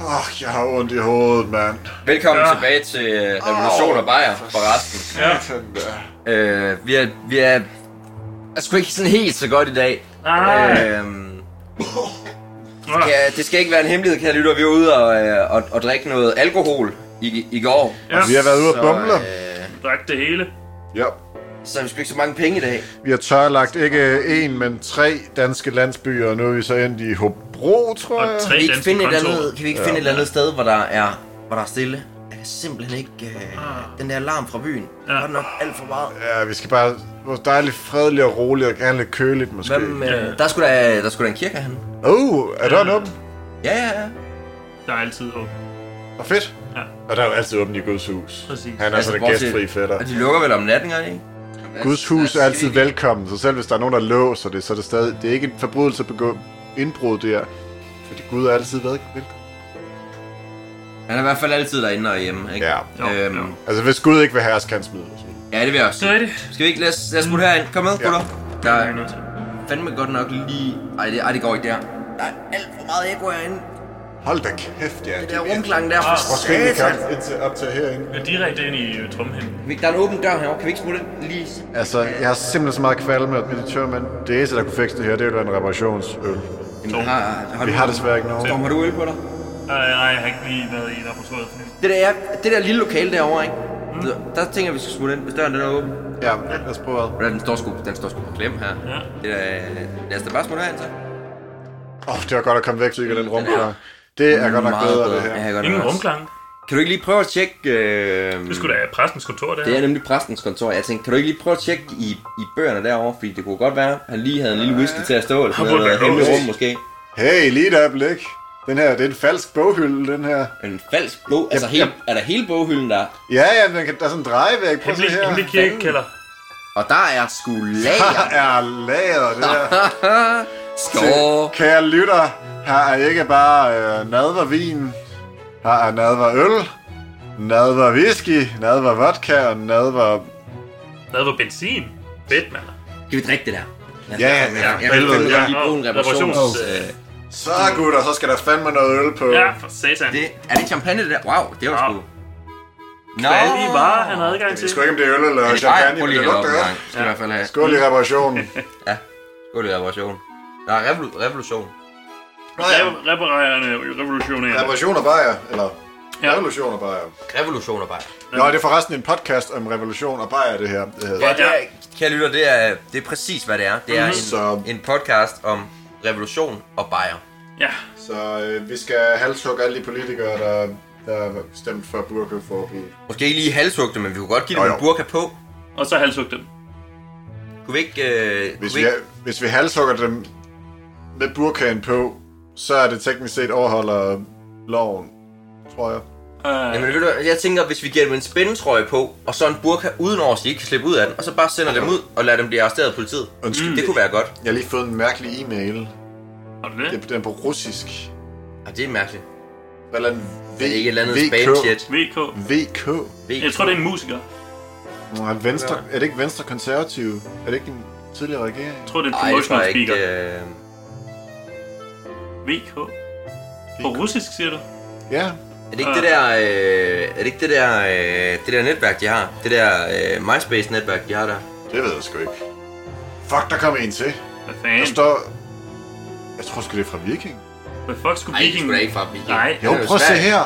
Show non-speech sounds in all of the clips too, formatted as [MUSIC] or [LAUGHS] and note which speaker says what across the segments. Speaker 1: Åh, jeg har ondt i hovedet, mand.
Speaker 2: Velkommen
Speaker 3: Ja.
Speaker 2: ja. tilbage til øh,
Speaker 1: Au,
Speaker 2: Revolution og Bayer
Speaker 1: for
Speaker 2: for resten.
Speaker 1: Satan, da.
Speaker 2: Øh, vi er, vi er, er sgu ikke sådan helt så godt i dag.
Speaker 3: Nej.
Speaker 2: Øhm, ja, det skal ikke være en hemmelighed, kære lytter. Vi var ude og, øh, og, og drikke noget alkohol i, i går.
Speaker 3: Ja,
Speaker 1: Vi har været ude
Speaker 2: Så,
Speaker 1: og bumle.
Speaker 2: øh,
Speaker 3: drak det hele.
Speaker 1: Ja.
Speaker 2: så har vi sgu ikke så mange penge i dag.
Speaker 1: Vi har tørlagt ikke en, men tre danske landsbyer, og nu er vi så endt i Hobro, tror
Speaker 3: Og
Speaker 1: jeg.
Speaker 3: tre
Speaker 2: Kan vi ikke
Speaker 3: danske
Speaker 2: finde et
Speaker 3: kontorer.
Speaker 2: andet, kan vi ikke finde et eller andet sted, hvor der er, hvor der er stille? Jeg kan simpelthen ikke... Øh, den der alarm fra byen. Ja.
Speaker 3: Ah. Ja.
Speaker 2: Var nok alt for meget.
Speaker 1: Ja, vi skal bare... Hvor dejligt fredeligt og roligt, og gerne lidt køligt, måske.
Speaker 2: Hvem, øh, der skulle da, der skulle da en kirke han.
Speaker 1: Oh, er døren åben?
Speaker 2: Ja, ja, ja.
Speaker 3: Der er altid håb.
Speaker 1: Og fedt.
Speaker 3: Ja.
Speaker 1: Og der er jo altid åbent i Guds hus.
Speaker 3: Præcis.
Speaker 1: Han er altså, sådan en
Speaker 2: bortset-
Speaker 1: gæstfri fætter.
Speaker 2: Og de lukker vel om natten, gør de ikke?
Speaker 1: Guds hus er
Speaker 2: Altså,
Speaker 1: altid
Speaker 2: det er ikke-
Speaker 1: velkommen, så selv hvis der er nogen, der låser det, så er det stadig... Det er ikke en forbrydelse at begå indbrud der. Fordi Gud er altid vel- velkommen.
Speaker 2: Han er i hvert fald altid derinde og hjemme, ikke?
Speaker 1: Ja.
Speaker 3: Jo,
Speaker 2: Øhm,
Speaker 3: jo.
Speaker 1: Altså, hvis Gud ikke vil herske, kan han smide os.
Speaker 2: ja, det vil jeg også
Speaker 3: Det er
Speaker 2: sige.
Speaker 3: det.
Speaker 2: Skal vi ikke? Lad os, lad os smutte herind. Kom med, gutter. Der
Speaker 3: Der er
Speaker 2: er
Speaker 3: noget til.
Speaker 2: fandme godt nok lige... Ej, det, ej, det går ikke der. Der er alt for meget ekko herinde.
Speaker 1: Hold da kæft, ja.
Speaker 2: Det der rumklang der.
Speaker 3: Ah,
Speaker 2: For
Speaker 1: Måske vi
Speaker 2: satan.
Speaker 1: kan indtil op til herinde.
Speaker 3: Men direkte ind i øh, tromhinden.
Speaker 2: Kan vi ikke- Der er en åben dør herovre. Kan vi ikke smutte lige...
Speaker 1: Altså, jeg har simpelthen så meget kvalme, at mit tørmand, det eneste, der kunne fikse det her, det ville være en reparationsøl.
Speaker 2: Jamen, har, har,
Speaker 1: Vi
Speaker 2: du-
Speaker 1: har desværre ikke nogen.
Speaker 2: Storm, har du øl på dig?
Speaker 3: Nej, nej, jeg har ikke lige været i laboratoriet for nylig.
Speaker 2: Det der, er- det der lille lokale derovre, ikke?
Speaker 3: Mm.
Speaker 2: Der, der tænker jeg, vi skal smutte ind, hvis døren den er åben.
Speaker 1: Ja, lad os prøve ad.
Speaker 2: Hvordan den står sgu, den står sgu på klem her.
Speaker 3: Ja.
Speaker 2: Det der, lad os da bare smutte herind, så.
Speaker 1: Åh, oh, det var godt at komme væk, så ikke den rumklang. Det er godt nok
Speaker 2: Meget
Speaker 1: bedre, det her.
Speaker 2: Ja, godt
Speaker 3: Ingen
Speaker 2: nok også.
Speaker 3: rumklang.
Speaker 2: Kan du ikke lige prøve at tjekke... Øh...
Speaker 3: Det skulle da præstens kontor, der.
Speaker 2: Det er nemlig præstens kontor. Jeg tænkte, kan du ikke lige prøve at tjekke i, i bøgerne derovre? Fordi det kunne godt være, at han lige havde en lille whisky til at stå. Eller sådan
Speaker 3: Han burde
Speaker 2: noget,
Speaker 3: være
Speaker 2: noget hemmeligt
Speaker 3: host.
Speaker 2: rum måske.
Speaker 1: Hey, lige et øjeblik. Den her, det er en falsk boghylde, den her.
Speaker 2: En falsk bog. Altså, hele, er der hele boghylden der?
Speaker 1: Ja, ja, men der er sådan en drejevæg. Prøv at se
Speaker 3: Hemmelig,
Speaker 1: her.
Speaker 3: hemmelig kirkekælder.
Speaker 2: Og der er sgu
Speaker 1: Her
Speaker 2: lager.
Speaker 1: er lageret, [LAUGHS] det her.
Speaker 2: Skår.
Speaker 1: Kære lytter, her er ikke bare øh, nadvervin. Her er nadver øl. Nadver whisky, nadver vodka og nadver...
Speaker 3: Hvad var benzin? Fedt, mand.
Speaker 2: Kan vi drikke det der? Lad os-
Speaker 1: Ja,
Speaker 2: jeg-
Speaker 1: ja,
Speaker 2: jeg- Jeg vil
Speaker 1: helvede,
Speaker 2: fandme
Speaker 1: ja.
Speaker 2: godt lige bruge en
Speaker 3: Nå,
Speaker 2: reparations...
Speaker 3: reparations-
Speaker 2: øh,
Speaker 1: Så gutter, så skal der fandme noget øl på.
Speaker 3: Ja, for satan.
Speaker 2: Det, er det champagne det der? Wow, det var
Speaker 3: Ja.
Speaker 2: sgu... Nå!
Speaker 3: Hvad lige varer han har adgang
Speaker 1: Jeg
Speaker 3: til?
Speaker 1: ved sgu ikke, om det er øl
Speaker 2: Er
Speaker 1: eller
Speaker 2: det bare...
Speaker 1: champagne,
Speaker 2: Prøv
Speaker 1: men
Speaker 2: lige
Speaker 1: det
Speaker 2: at hælde op
Speaker 1: lugter
Speaker 2: en gang. Mm.
Speaker 1: godt.
Speaker 2: Skal i hvert fald have...
Speaker 1: Skål i
Speaker 2: [LAUGHS]
Speaker 1: reparationen.
Speaker 2: Skål i reparation. Der er revol- revolution.
Speaker 1: Nå ja,
Speaker 3: Re- Reparerende, revolutionerende.
Speaker 1: revolutioner bare, ja. Eller
Speaker 3: Ja.
Speaker 1: revolutioner bare, ja.
Speaker 2: Revolution og bare.
Speaker 1: Nå, det er forresten en podcast om revolution og bajer, det her. Det hedder.
Speaker 2: Ja,
Speaker 3: det
Speaker 2: det
Speaker 3: er-
Speaker 2: er, kære lytter, det er, det er præcis, hvad det er. Det er
Speaker 1: Så-
Speaker 2: en, en podcast om revolution og bajer.
Speaker 3: Ja,
Speaker 1: Så øh, vi skal halshugge alle de politikere, der, der har stemt for burkaforbud.
Speaker 2: Måske ikke lige halshugge det, men vi kunne godt give
Speaker 1: Jo,
Speaker 2: dem
Speaker 1: jo.
Speaker 2: en burka på.
Speaker 3: og så halshug dem.
Speaker 2: Kunne vi ikke... Øh, kunne
Speaker 1: Hvis
Speaker 2: vi
Speaker 1: vi,
Speaker 2: ikke
Speaker 1: hvis vi halshugger dem med burkaen på, så er det teknisk set overholder loven, tror jeg.
Speaker 3: Øh,
Speaker 2: Jamen, ved du, jeg tænker, hvis vi giver dem en spændetrøje på, og så en burka udenover, så de ikke kan slippe ud af den, og så bare sender dem ud og lader dem blive arresteret af politiet.
Speaker 1: Undskyld.
Speaker 2: Det kunne være godt.
Speaker 1: Jeg har lige fået en mærkelig e-mail.
Speaker 3: Har du det?
Speaker 1: Det- Den er på russisk.
Speaker 2: Ej, det er mærkeligt.
Speaker 1: Hvad er den? V-
Speaker 2: Det er ikke et eller andet
Speaker 1: VK.
Speaker 2: spam-shit.
Speaker 3: VK.
Speaker 1: VK?
Speaker 3: Jeg tror, det er en musiker.
Speaker 1: Nå, er, det venstre, er det ikke venstre konservative? Er det ikke den tidligere regering?
Speaker 3: Jeg tror, det er
Speaker 2: Ej,
Speaker 3: en
Speaker 2: det tror
Speaker 3: promotional
Speaker 2: jeg ikke...
Speaker 3: speaker.
Speaker 2: Øh,
Speaker 3: VK. På russisk, siger du?
Speaker 1: Ja,
Speaker 2: er det ikke det der, øh, er det ikke det der, øh, det der netværk, de har? Det der øh, MySpace-netværk, de har der?
Speaker 1: det ved jeg sgu ikke. Fuck, der kom en til.
Speaker 3: Hvad
Speaker 1: Der
Speaker 3: fanden?
Speaker 1: står... Jeg tror sgu, det er fra Viking.
Speaker 3: Hvad fuck skulle
Speaker 2: Nej, det
Speaker 3: Viking...
Speaker 2: skulle da ikke fra Viking.
Speaker 3: Nej.
Speaker 1: Jo,
Speaker 2: Han er
Speaker 1: prøv at se
Speaker 2: Sverige.
Speaker 1: her.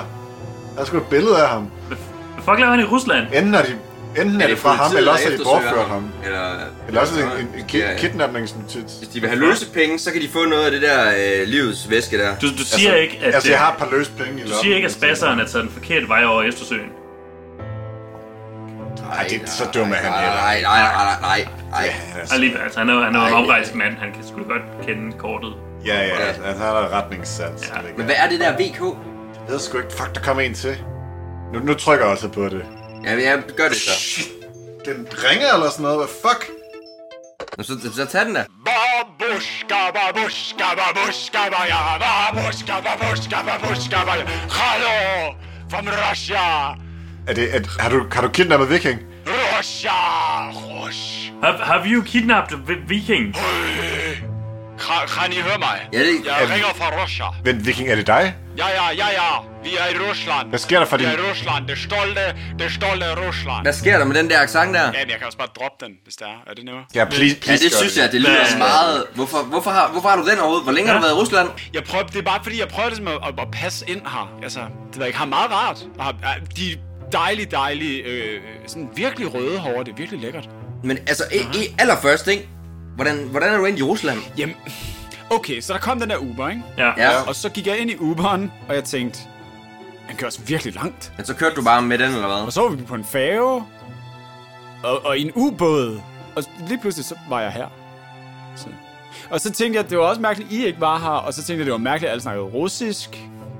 Speaker 1: Der er sgu et billede af ham.
Speaker 3: Hvad fuck laver han i Rusland?
Speaker 1: Enten er, de, enten er det fra ham,
Speaker 2: politiet,
Speaker 1: eller også har
Speaker 2: der
Speaker 1: de
Speaker 2: eftersøger
Speaker 1: bortført ham.
Speaker 2: Eller,
Speaker 1: Eller også er det en, en, en ki-
Speaker 2: Ja,
Speaker 1: kidnapning. Sådan, til,
Speaker 2: Hvis de vil have løse penge, så kan de få noget af det der øh, livets væske der.
Speaker 3: Du, du siger ikke, at...
Speaker 1: altså, jeg
Speaker 3: øh,
Speaker 1: har et par løse penge i
Speaker 3: Du
Speaker 1: lommen.
Speaker 3: siger ikke, at spasseren er taget den forkerte vej over Østersøen.
Speaker 1: Ej, det er så dum er han
Speaker 2: nej,
Speaker 1: heller.
Speaker 2: nej, nej, nej, nej, nej.
Speaker 1: Altså,
Speaker 3: Alligevel, altså, han er, han er jo en
Speaker 2: Ej.
Speaker 3: oprejst mand. Han kan sgu da godt kende kortet.
Speaker 1: Ja, ja, altså, han har da et retningssans.
Speaker 3: Ja,
Speaker 1: det
Speaker 2: Men
Speaker 1: gør
Speaker 2: hvad er det der VK?
Speaker 1: han. Jeg ved sgu ikke. Fuck, der kom en til. Nu, nu trykker jeg også på det.
Speaker 2: Ja, men jeg gør det så.
Speaker 1: Shit. Den ringer eller sådan noget. Hvad fuck?
Speaker 2: Nå, Så, så tag den der.
Speaker 4: Babushka, babushka, babushka, moja babushka, babushka, babushka, moja. Halo, from Russia.
Speaker 1: Er det, er, har, du, har du kidnappet viking?
Speaker 4: Russia! Rush!
Speaker 3: Have, have you kidnapped a vi- viking?
Speaker 4: Kan, kan I høre mig?
Speaker 2: Ja, det-
Speaker 4: Jeg
Speaker 1: Jamen.
Speaker 4: ringer fra Russia.
Speaker 1: Vent, viking, er det dig?
Speaker 4: Ja, ja, ja, ja. Vi er i Rusland.
Speaker 1: Hvad sker der for
Speaker 4: Vi er
Speaker 1: din-
Speaker 4: i Rusland. Det stolte, det stolte Rusland.
Speaker 2: Hvad sker der med den der accent der?
Speaker 4: Jamen, jeg kan også bare droppe den, hvis det er. Er det nemmere?
Speaker 1: Ja, please, please
Speaker 2: Ja, det
Speaker 1: gør
Speaker 2: synes jeg, det lyder
Speaker 3: Hvad-
Speaker 2: også meget... Hvorfor, hvorfor, har, hvorfor har du den overhovedet? Hvor længe har du været i Rusland?
Speaker 4: Jeg prøver, det er bare fordi, jeg prøver ligesom at, at, at passe ind her. Altså, det ved jeg ikke, har meget rart. Og har, er- de er dejlige, dejlige, øh, sådan virkelig røde hår. Det er virkelig lækkert.
Speaker 2: Men altså, i, i
Speaker 1: Mhm.
Speaker 2: allerførst, ikke? Hvordan, hvordan er du ind i Rusland?
Speaker 4: Jamen, okay, så der kom den der Uber, ikke?
Speaker 3: Ja.
Speaker 2: Ja,
Speaker 1: Ja.
Speaker 4: Og så gik jeg ind i Uberen, og jeg tænkte, han kører også virkelig langt.
Speaker 2: men så kørte du bare med den, eller hvad?
Speaker 4: Og så var vi på en færge, og, og i en ubåd. Og lige pludselig, så var jeg her. Så. Og så tænkte jeg, det var også mærkeligt, I ikke var her. Og så tænkte jeg, det var mærkeligt, at alle snakkede russisk.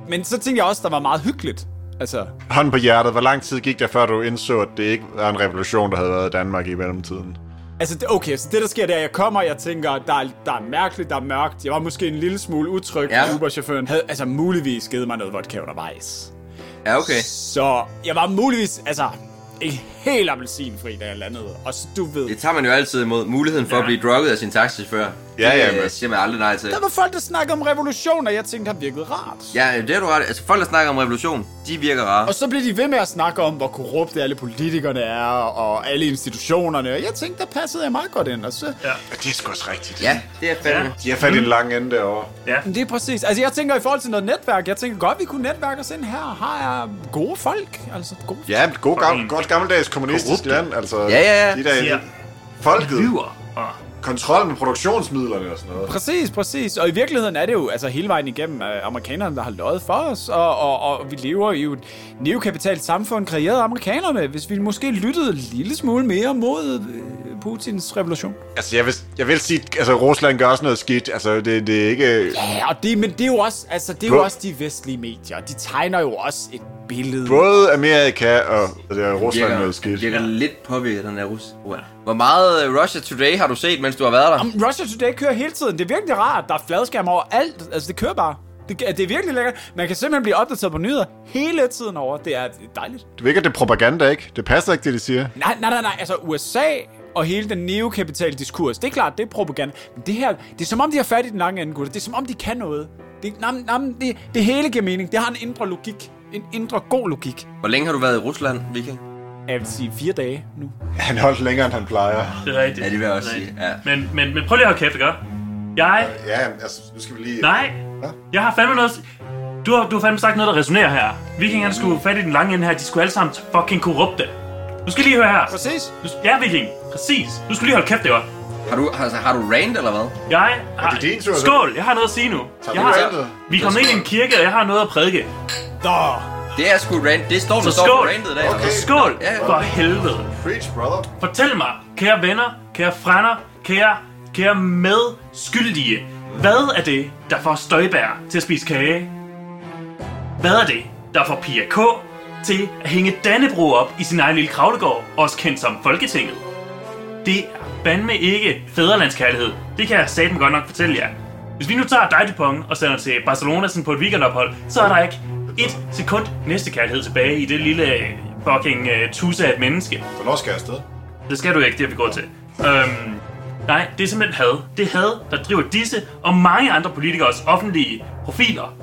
Speaker 4: Men så tænkte jeg også, der var meget hyggeligt. Altså,
Speaker 1: Hånd på hjertet, hvor lang tid gik der, før du indså, at det ikke var en revolution, der havde været i Danmark i mellemtiden?
Speaker 4: altså det- okay, så det der sker, det er, at jeg kommer, og jeg tænker, der er, der er mærkeligt, der er mørkt. Jeg var måske en lille smule utryg,
Speaker 2: Ja.
Speaker 4: ja. Uber-chaufføren havde altså muligvis givet mig noget vodka undervejs.
Speaker 2: Ja, okay.
Speaker 4: Så jeg var muligvis, altså, ikke helt appelsinfri, da jeg landede. Og så du ved,
Speaker 2: Det tager man jo altid imod. Muligheden for at blive drugget af sin taxichauffør.
Speaker 1: Ja, ja,
Speaker 2: Det
Speaker 1: men-
Speaker 2: øh, siger man aldrig nej til.
Speaker 4: der var folk, der snakkede om revolution, og jeg tænkte, han virkede rart.
Speaker 2: Ja, det er du ret. i. Altså, folk, der snakker om revolution, de virker rare.
Speaker 4: Og så blev de ved med at snakke om, hvor korrupte alle politikerne er, og alle institutionerne. Og jeg tænkte, der passede jeg meget godt ind. Og så,
Speaker 1: Ja, det er sgu også rigtigt.
Speaker 2: Ja, det er fandme.
Speaker 3: Ja.
Speaker 1: De har fat i en lang ende derovre.
Speaker 4: Men det er præcis. Altså, jeg tænker i forhold til noget netværk. Jeg tænker godt, vi kunne netværke os ind her. Har jeg gode folk? Altså, gode
Speaker 1: Ja, men god, gammel,
Speaker 3: Fucking
Speaker 1: godt gammeldags kommunistisk land, altså.
Speaker 2: Ja, ja, ja.
Speaker 1: De der,
Speaker 3: Ja.
Speaker 1: Folket,
Speaker 3: Lyver. Og
Speaker 1: kontrol med produktionsmidlerne og sådan noget.
Speaker 4: Præcis, præcis. Og i virkeligheden er det jo altså hele vejen igennem øh, amerikanerne, der har løjet for os, og, og, og vi lever i et neokapitalt samfund kreeret af amerikanerne. Hvis vi måske lyttede en lille smule mere mod øh, Putins revolution.
Speaker 1: Altså, jeg vil, jeg vil sige, altså, Rusland gør også noget skidt. Altså, det, det er ikke...
Speaker 4: Ja, og det, men det er jo også, altså, det er jo
Speaker 1: Bro.
Speaker 4: også de vestlige medier. De tegner jo også et billede.
Speaker 1: Både Amerika og altså, Rusland er noget
Speaker 2: virker,
Speaker 1: skidt.
Speaker 2: virker lidt påvirket, af den der rus. Hvor meget øh, Russia Today har du set, mens du har været der?
Speaker 4: Om Russia Today kører hele tiden. Det er virkelig rart. Der er fladskærm over alt. Altså, det kører bare. Det, det er virkelig lækkert. Man kan simpelthen blive opdateret på nyheder hele tiden over. Det er dejligt.
Speaker 1: Det virker, det er propaganda, ikke? Det passer ikke, det de siger.
Speaker 4: Nej, nej, nej, nej. Altså, USA og hele den neokapitale diskurs, det er klart, det er propaganda. Men det her, det er som om, de har fat i den lange ende, gutter. Det er som om, de kan noget. Det, nam, nam, det, det hele giver mening. Det har en indre logik. En indre god logik.
Speaker 2: Hvor længe har du været i Rusland, Viking?
Speaker 4: Jeg vil sige fire dage nu.
Speaker 1: Han holdt længere, end han plejer.
Speaker 3: det er rigtigt.
Speaker 2: Ja, det vil jeg også
Speaker 3: rigtigt.
Speaker 2: sige, ja.
Speaker 3: Men, men, men prøv lige at holde kæft, ikke? Jeg...
Speaker 1: Ja, altså, nu skal vi lige...
Speaker 3: Nej. Jeg har fandme noget... Du har, du har fandme sagt noget, der resonerer her. Vikingerne
Speaker 1: Mm.
Speaker 3: skulle fat i den lange ende her. De skulle alle sammen fucking korrupte. Du skal lige høre her.
Speaker 4: Præcis.
Speaker 3: Du, ja, viking. Præcis. Du skal lige holde kæft, det var.
Speaker 2: Har du, altså, har du rant, eller hvad?
Speaker 3: Jeg har...
Speaker 1: det din tur, så?
Speaker 3: Skål, jeg har noget at sige nu.
Speaker 1: Tager
Speaker 3: Jeg
Speaker 1: du
Speaker 3: har...
Speaker 1: rantet?
Speaker 3: Vi er kommet ind i en kirke, og jeg har noget at prædike.
Speaker 4: Der.
Speaker 2: Det er sgu rant. Det står, der
Speaker 3: Så
Speaker 2: står på
Speaker 3: skål.
Speaker 2: rantet i dag. altså.
Speaker 1: Okay.
Speaker 3: Skål
Speaker 2: Ja, ja.
Speaker 3: for helvede.
Speaker 1: Preach, brother.
Speaker 3: Fortæl mig, kære venner, kære frænder, kære, kære medskyldige, hvad er det, der får Støjbær til at spise kage? Hvad er det, der får Pia K. til at hænge Dannebro op i sin egen lille kravlegård, også kendt som Folketinget? Det er bandme ikke fædrelandskærlighed. Det kan jeg satme godt nok fortælle jer. Hvis vi nu tager dig, Dupont, og sender til Barcelona sådan på et weekendophold, så er der ikke et sekund næste kærlighed tilbage i det lille øh, fucking uh, tusse af et menneske.
Speaker 1: Hvornår skal jeg afsted?
Speaker 3: Det skal du ikke, det har vi gået til. Øhm, nej, det er simpelthen had. Det er had, der driver disse og mange andre politikers offentlige profiler.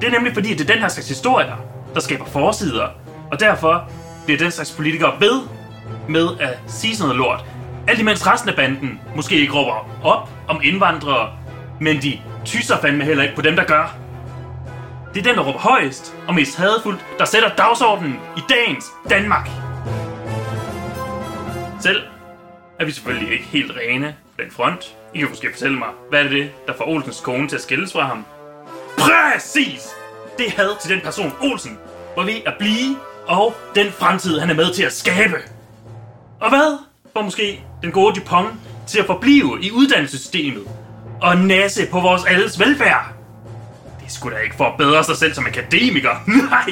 Speaker 3: Det er nemlig fordi, at det er den her slags historier, der skaber forsider. Og derfor bliver den slags politikere ved med at sige sådan noget lort. Alt imens resten af banden måske ikke råber op om indvandrere, men de tyser fandme heller ikke på dem, der gør. Det er den, der råber højest og mest hadfuldt, der sætter dagsordenen i dagens Danmark. Selv er vi selvfølgelig ikke helt rene på den front. I kan måske fortælle mig, hvad er det, der får Olsens kone til at skilles fra ham? Præcis! Det havde til den person Olsen, hvor vi at blive, og den fremtid, han er med til at skabe. Og hvad får måske den gode Dupont til at forblive i uddannelsessystemet og nasse på vores alles velfærd? Det skulle da ikke for at bedre sig selv som akademiker. [LAUGHS] Nej!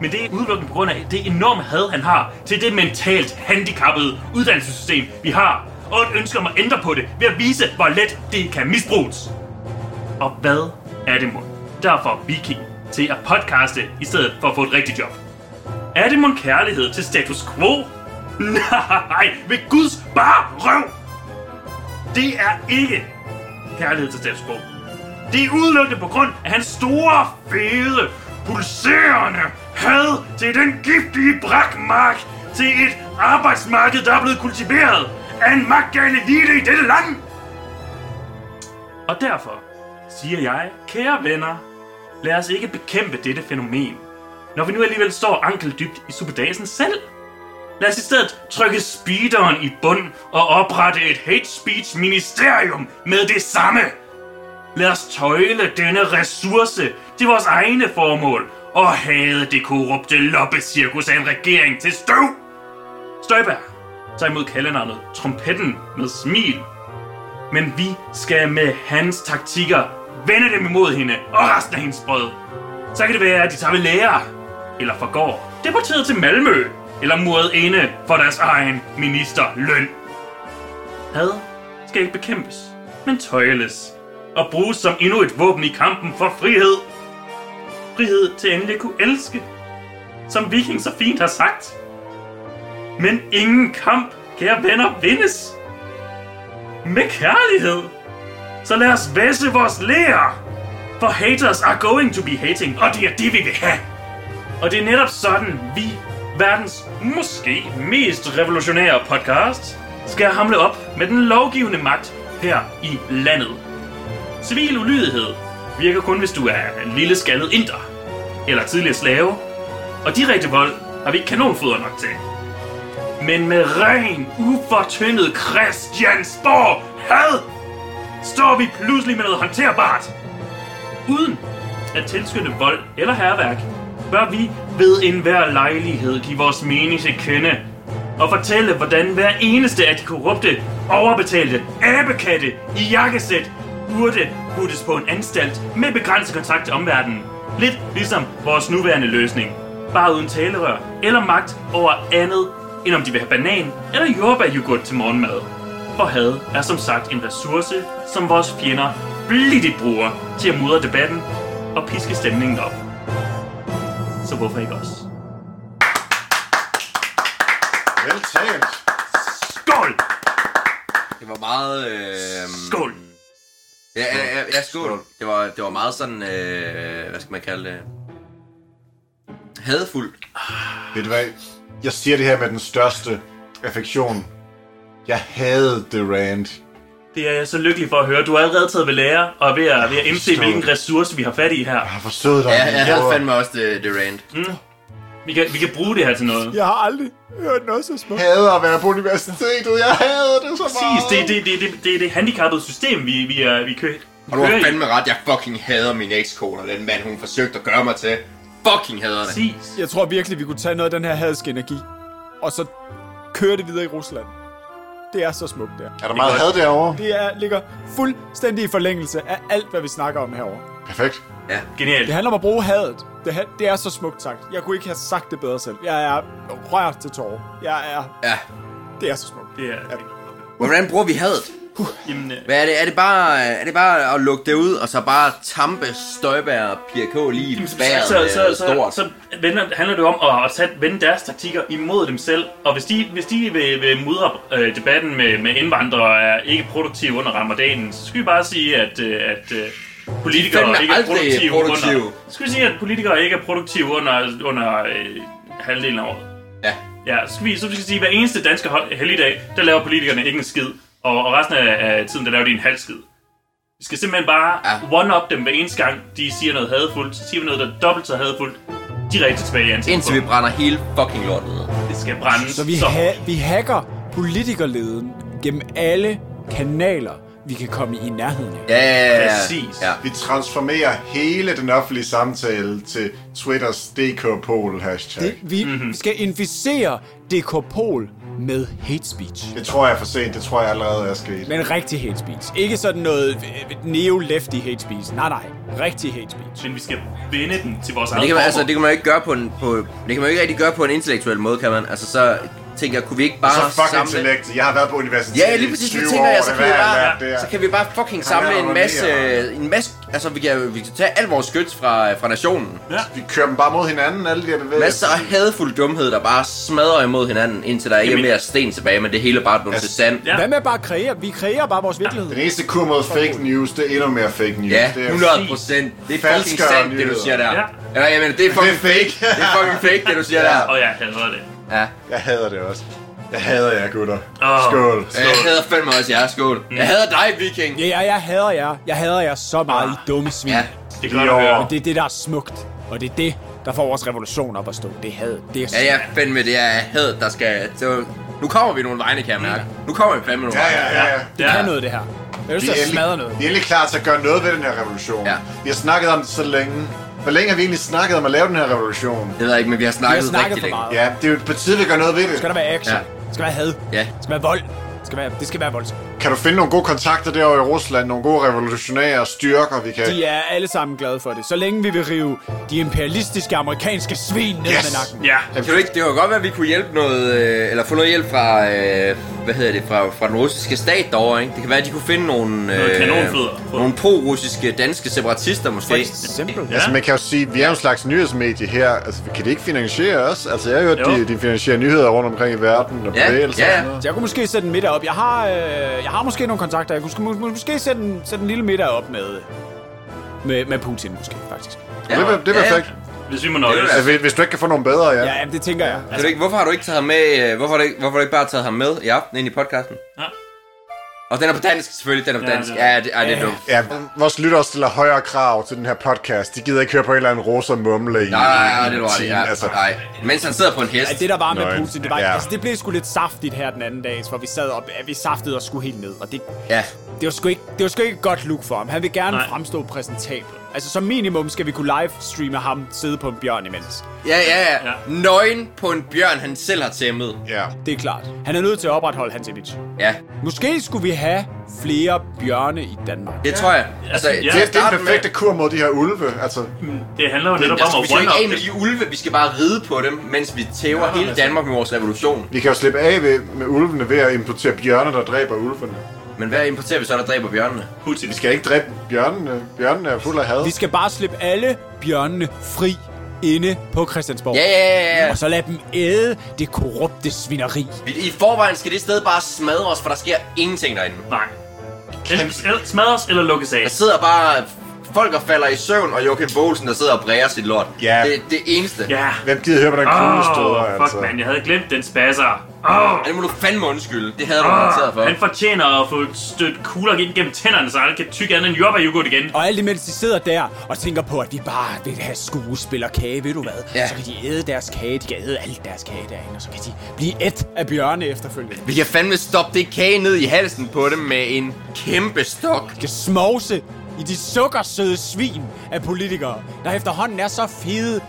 Speaker 3: Men det er udelukkende på grund af det enorme had, han har til det mentalt handicappede uddannelsessystem, vi har. Og et ønske om at ændre på det ved at vise, hvor let det kan misbruges. Og hvad er det mod? Derfor Viking til at podcaste i stedet for at få et rigtigt job. Er det mon kærlighed til status quo? [LAUGHS] Nej, ved Guds bare røv! Det er ikke kærlighed til status quo. Det er udelukkende på grund af hans store, fede, pulserende had til den giftige brakmark til et arbejdsmarked, der er blevet kultiveret af en magtgale elite i dette land. Og derfor siger jeg, kære venner, lad os ikke bekæmpe dette fænomen, når vi nu alligevel står ankeldybt i superdasen selv. Lad os i stedet trykke speederen i bund og oprette et hate speech ministerium med det samme. Lad os tøjle denne ressource til vores egne formål og hade det korrupte loppecirkus af en regering til støv. Støjberg tager imod kaldenavnet Trompetten med smil. Men vi skal med hans taktikker vende dem imod hende og resten af hendes brød. Så kan det være, at de tager ved lære, eller forgår, deporteret til Malmø, eller muret inde for deres egen ministerløn. Had skal ikke bekæmpes, men tøjles og bruges som endnu et våben i kampen for frihed. Frihed til endelig at kunne elske, som Viking så fint har sagt. Men ingen kamp, kære venner, vindes med kærlighed. Så lad os væsse vores lære. For haters are going to be hating, og det er det, vi vil have. Og det er netop sådan, vi, verdens måske mest revolutionære podcast, skal hamle op med den lovgivende magt her i landet. Civil ulydighed virker kun, hvis du er en lille skaldet inder, eller tidligere slave, og direkte vold har vi ikke kanonfoder nok til. Men med ren, ufortyndet Christiansborg had, står vi pludselig med noget håndterbart. Uden at tilskynde vold eller herværk, bør vi ved enhver lejlighed give vores mening til kende og fortælle, hvordan hver eneste af de korrupte, overbetalte abekatte i jakkesæt burde puttes på en anstalt med begrænset kontakt til omverdenen. Lidt ligesom vores nuværende løsning. Bare uden talerør eller magt over andet, end om de vil have banan eller jordbærjoghurt til morgenmad. For had er som sagt en ressource, som vores fjender blidigt bruger til at mudre debatten og piske stemningen op. Så hvorfor ikke os?
Speaker 1: Vel talt.
Speaker 3: Skål!
Speaker 2: Det var meget... Øh...
Speaker 3: Skål!
Speaker 2: Ja, ja, ja, ja skål. Det var, det var meget sådan... Øh... Hvad skal man kalde det? Hadfuldt.
Speaker 1: Ved du hvad? Jeg siger det her med den største affektion. Jeg havde Durant.
Speaker 3: Det er jeg så lykkelig for at høre. Du har allerede taget ved lære og er ved at, ved at indse,
Speaker 1: forstår
Speaker 3: hvilken
Speaker 1: det.
Speaker 3: ressource vi har fat i her.
Speaker 1: Jeg har forstået dig.
Speaker 2: Ja, jeg havde
Speaker 1: Hvor-
Speaker 2: fandme også øh, det, det rant.
Speaker 3: Vi kan, vi kan bruge det her til noget.
Speaker 4: Jeg har aldrig hørt noget så smukt.
Speaker 1: hader at være på universitetet. Jeg hader det så meget.
Speaker 3: Præcis, det er det, det, det, det, er det handicappede system, vi, vi, er, vi kø,
Speaker 2: Og du har
Speaker 3: kører i.
Speaker 2: fandme ret, jeg fucking hader min ekskone og den mand, hun forsøgte at gøre mig til. Fucking hader det.
Speaker 3: Præcis.
Speaker 4: Jeg tror virkelig, vi kunne tage noget af den her hadske energi, og så køre det videre i Rusland. Det er så smukt der.
Speaker 1: Er der meget had derovre?
Speaker 4: Det er, ligger fuldstændig i forlængelse af alt, hvad vi snakker om herover.
Speaker 1: Perfekt.
Speaker 2: Ja.
Speaker 3: Genialt.
Speaker 4: Det handler om at bruge hadet. Det, ha- det er så smukt sagt. Jeg kunne ikke have sagt det bedre selv. Jeg er rørt til tårer. Jeg er...
Speaker 2: ja.
Speaker 4: Det er så smukt.
Speaker 3: Det er,
Speaker 2: Hvordan bruger vi hadet?
Speaker 3: jamen, øh,
Speaker 2: Hvad er det? Er det bare, øh, er det bare at lukke det ud, og så bare tampe Støjberg og Pia K. lige i spæret øh,
Speaker 3: så, så, så,
Speaker 2: stort?
Speaker 3: så vender, handler det om at, at tage, vende deres taktikker imod dem selv. Og hvis de, hvis de vil, vil mudre øh, debatten med, med indvandrere er ikke produktive under ramadanen, så skal vi bare sige, at, øh, at øh,
Speaker 2: De er
Speaker 3: politikere
Speaker 2: fandme
Speaker 3: ikke er
Speaker 2: aldrig
Speaker 3: produktive,
Speaker 2: produktive.
Speaker 3: under... Så skal vi sige, at politikere ikke er produktive under, under øh, halvdelen af året.
Speaker 2: Ja.
Speaker 3: Ja, så skal vi, så vi skal sige, at hver eneste danske hold- helligdag, der laver politikerne ikke en skid, og, og resten af, af tiden, der laver de en halv skid. Vi skal simpelthen bare
Speaker 2: Ja.
Speaker 3: one-up dem hver eneste gang, de siger noget hadefuldt, så siger vi noget, der er dobbelt så hadefuldt, direkte tilbage i ansigtet.
Speaker 2: Indtil vi
Speaker 3: på
Speaker 2: brænder hele fucking lortet ned.
Speaker 3: dem. Det skal brændes.
Speaker 4: Så vi, ha- vi hacker politikerleden gennem alle kanaler, vi kan komme i nærheden af.
Speaker 2: Ja, ja, ja, ja.
Speaker 3: Præcis.
Speaker 2: Ja.
Speaker 1: Vi transformerer hele den offentlige samtale til Twitters DK-pol hashtag. Det...
Speaker 4: Det, vi mm-hmm. skal inficere Dekopol med hate speech.
Speaker 1: det tror jeg er for sent. Det tror jeg allerede er sket.
Speaker 4: Men rigtig hate speech. Ikke sådan noget øh, neo-lefty hate speech. Nej, nej. Rigtig hate speech.
Speaker 3: Men vi skal vinde den til vores
Speaker 2: Men
Speaker 3: eget
Speaker 2: det kan, man, altså,
Speaker 3: formål.
Speaker 2: det kan man jo ikke gøre på en, på, det kan man jo ikke rigtig gøre på en intellektuel måde, kan man. Altså, så tænker jeg, kunne vi ikke
Speaker 1: Så
Speaker 2: bare
Speaker 1: fuck
Speaker 2: samle...
Speaker 1: intellekt. Jeg har været på universitetet
Speaker 2: Ja, lige præcis,
Speaker 1: i
Speaker 2: det
Speaker 1: 20
Speaker 2: tænker
Speaker 1: år.
Speaker 2: jeg, så kan, vi
Speaker 1: Hvad har
Speaker 2: bare,
Speaker 1: lært der?
Speaker 2: så kan vi bare fucking
Speaker 1: Kan jeg
Speaker 2: samle en masse,
Speaker 1: abonnere?
Speaker 2: en masse, Altså, vi kan, vi kan tage al vores skyts fra, øh, fra nationen.
Speaker 3: Ja.
Speaker 1: Vi kører dem bare mod hinanden, alle de her bevægelser.
Speaker 2: Masser af hadfuld dumhed, der bare smadrer imod hinanden, indtil der ikke er
Speaker 3: Jamen-
Speaker 2: mere sten tilbage, men det hele er bare blevet
Speaker 1: Altså,
Speaker 2: til sand.
Speaker 3: Ja.
Speaker 4: Hvad med bare at kreere? Vi kreerer bare vores virkelighed.
Speaker 1: Den eneste kur mod fake news, det er endnu mere fake news.
Speaker 2: Ja,
Speaker 1: det er
Speaker 2: 100 procent. Det er fucking
Speaker 1: Falskere
Speaker 2: sandt, det du
Speaker 1: nyheder.
Speaker 2: siger der.
Speaker 3: Ja.
Speaker 2: Ja, jeg mener, det er
Speaker 1: Det
Speaker 2: fucking
Speaker 1: er fake.
Speaker 2: Det er fucking fake, det du siger der.
Speaker 3: Og jeg hader det.
Speaker 2: Ja.
Speaker 1: Jeg hader det også. Jeg hader jer, gutter.
Speaker 3: Åh.
Speaker 1: Skål.
Speaker 2: Jeg hader fandme også jer, skål.
Speaker 1: Mm.
Speaker 2: Jeg hader dig, viking.
Speaker 4: Ja, ja, jeg hader jer. Jeg hader jer så meget, I dumme svin.
Speaker 2: Ja.
Speaker 3: Det kan jeg
Speaker 1: Jo.
Speaker 3: høre.
Speaker 4: Og det er det, der er smukt. Og det er det, der får vores revolution op at stå. Det had. Det er
Speaker 2: Ja, ja, fandme, det er had, der skal... Så, nu kommer vi nogle vegne, kan jeg mærke. Nu kommer vi fandme nogle
Speaker 1: Ja,
Speaker 2: vegne.
Speaker 1: ja, ja. ja.
Speaker 4: Det
Speaker 3: Ja.
Speaker 4: kan noget, det her. Jeg vil
Speaker 1: Vi, er
Speaker 4: at smadre
Speaker 1: endelig,
Speaker 4: noget.
Speaker 1: vi er endelig klar til at gøre noget ved den her revolution.
Speaker 2: Ja.
Speaker 1: Vi har snakket om det så længe. Hvor længe har vi egentlig snakket om at lave den her revolution?
Speaker 2: Det ved jeg ikke, men vi har
Speaker 4: Vi
Speaker 2: snakket,
Speaker 4: har snakket
Speaker 2: rigtig
Speaker 4: for
Speaker 2: længe.
Speaker 4: meget.
Speaker 1: Ja, det er jo på tide, vi gør noget ved det.
Speaker 4: Skal der være action?
Speaker 2: Ja.
Speaker 4: Ja. Skal der være had?
Speaker 2: Ja.
Speaker 4: Skal være vold? Skal være, det skal være voldsomt.
Speaker 1: Kan du finde nogle gode kontakter derovre i Rusland? Nogle gode revolutionære styrker, vi kan...
Speaker 4: De er alle sammen glade for det. Så længe vi vil rive de imperialistiske amerikanske svin ned
Speaker 1: Yes.
Speaker 4: med nakken.
Speaker 3: Ja.
Speaker 2: Kan du ikke, det kunne godt være, at vi kunne hjælpe noget, øh, eller få noget hjælp fra, øh, hvad hedder det, fra, fra den russiske stat derovre, ikke? Det kan være, at de kunne finde nogle, øh,
Speaker 3: Noget kanonfoder.
Speaker 2: nogle pro-russiske danske separatister måske.
Speaker 4: Simpel.
Speaker 3: Ja.
Speaker 1: Altså, man kan jo sige, at vi er jo en slags nyhedsmedie her. Altså, kan de ikke finansiere os? Altså, jeg har hørt,
Speaker 3: Jo.
Speaker 1: de, de finansierer nyheder rundt omkring i verden og
Speaker 2: Ja,
Speaker 1: bevægelser
Speaker 2: ja,
Speaker 1: og
Speaker 2: ja.
Speaker 1: sådan noget.
Speaker 4: Så jeg kunne måske sætte en middag op. Jeg har, øh, jeg har måske nogle kontakter. Jeg kunne sku- mås- måske sætte en, sætte en lille middag op med, med, med Putin, måske, faktisk.
Speaker 1: Det er, det er perfekt.
Speaker 3: Hvis vi må nøjes.
Speaker 1: Altså, hvis- hvis du ikke kan få nogen bedre, ja.
Speaker 4: Ja, jamen, det tænker jeg.
Speaker 2: Kan du ikke, hvorfor har du ikke taget ham med, øh, hvorfor har du ikke, hvorfor har du ikke bare taget ham med i aften ind i podcasten?
Speaker 3: Ja.
Speaker 2: Og den er på dansk, selvfølgelig, den er på
Speaker 3: Ja,
Speaker 2: dansk.
Speaker 3: det er-
Speaker 2: Ja, det, ja, det er dumt.
Speaker 1: Ja, vores lyttere stiller højere krav til den her podcast. De gider ikke høre på en eller anden rosa mumle i
Speaker 2: Nej, nej, nej,
Speaker 1: en
Speaker 2: det var det,
Speaker 1: time,
Speaker 2: ja.
Speaker 1: altså.
Speaker 2: Nej. Mens han sidder på en hest.
Speaker 4: Ja, det der var med
Speaker 1: Nøgen.
Speaker 4: Putin, det var
Speaker 1: Ja.
Speaker 4: ja. altså, det blev sgu lidt saftigt her den anden dag, hvor vi sad op, at vi saftede og skulle helt ned, og det,
Speaker 2: Ja.
Speaker 4: det, var sgu ikke, det var sgu ikke et godt look for ham. Han vil gerne
Speaker 3: Nej.
Speaker 4: Nej. fremstå præsentabel. Altså, som minimum skal vi kunne livestreame ham sidde på en bjørn imens.
Speaker 2: Ja, ja, ja.
Speaker 3: Ja.
Speaker 2: Nøgen på en bjørn, han selv har tæmmet.
Speaker 1: Ja.
Speaker 4: Det er klart. Han er nødt til at opretholde hans image.
Speaker 2: Ja,
Speaker 4: Måske skulle vi have flere bjørne i Danmark.
Speaker 2: det tror jeg. Altså,
Speaker 3: Ja,
Speaker 1: Det,
Speaker 2: til
Speaker 1: er,
Speaker 2: at
Speaker 1: det er
Speaker 2: starte
Speaker 1: den
Speaker 2: med-
Speaker 1: perfekte kur mod de her ulve. Altså,
Speaker 3: Det handler jo netop
Speaker 2: Jeg skal,
Speaker 3: om at
Speaker 2: altså, vi skal jo ikke af
Speaker 3: one-up
Speaker 2: med
Speaker 3: det.
Speaker 2: de ulve, vi skal bare ride på dem, mens vi tæver hele Danmark med vores revolution.
Speaker 1: vi kan jo slippe af ved, med ulvene ved at importere bjørne, der dræber ulvene.
Speaker 2: Men hvad importerer vi så, der dræber bjørnene?
Speaker 3: Putin.
Speaker 1: Vi skal ikke dræbe bjørnene. Bjørnene er fuld af had.
Speaker 4: Vi skal bare slippe alle bjørnene fri inde på Christiansborg.
Speaker 2: Ja, ja, ja, ja, ja.
Speaker 4: Og så lade dem æde det korrupte svineri.
Speaker 2: Vi- I forvejen skal det sted bare smadre os, for der sker ingenting derinde.
Speaker 3: Nej. Enten smadres eller lukkes af.
Speaker 2: Der sidder bare folk og falder i søvn, og Joachim Boelsen, der sidder og bræger sit lort.
Speaker 1: Ja.
Speaker 2: Det er det eneste.
Speaker 3: Ja.
Speaker 1: Hvem gider høre på den kugle støder,
Speaker 3: Åh,
Speaker 1: altså?
Speaker 3: fuck man, jeg havde glemt den spasser. Åh,
Speaker 2: Ja, det må du fandme undskylde. Det havde du garanteret for.
Speaker 3: åh, Ah, han fortjener at få stødt kugler ind gennem tænderne, så han kan tykke andet end jobber yoghurt igen.
Speaker 4: Og alt imens de sidder der og tænker på, at de bare vil have skuespil og kage, ved du hvad?
Speaker 2: Ja.
Speaker 4: Så kan de æde deres kage, de kan æde alt deres kage derinde, og så kan de blive et af bjørne efterfølgende.
Speaker 2: Vi kan fandme stoppe det kage ned i halsen på dem med en kæmpe stok.
Speaker 4: De kan smovse i de sukkersøde svin af politikere, der efterhånden er så fede,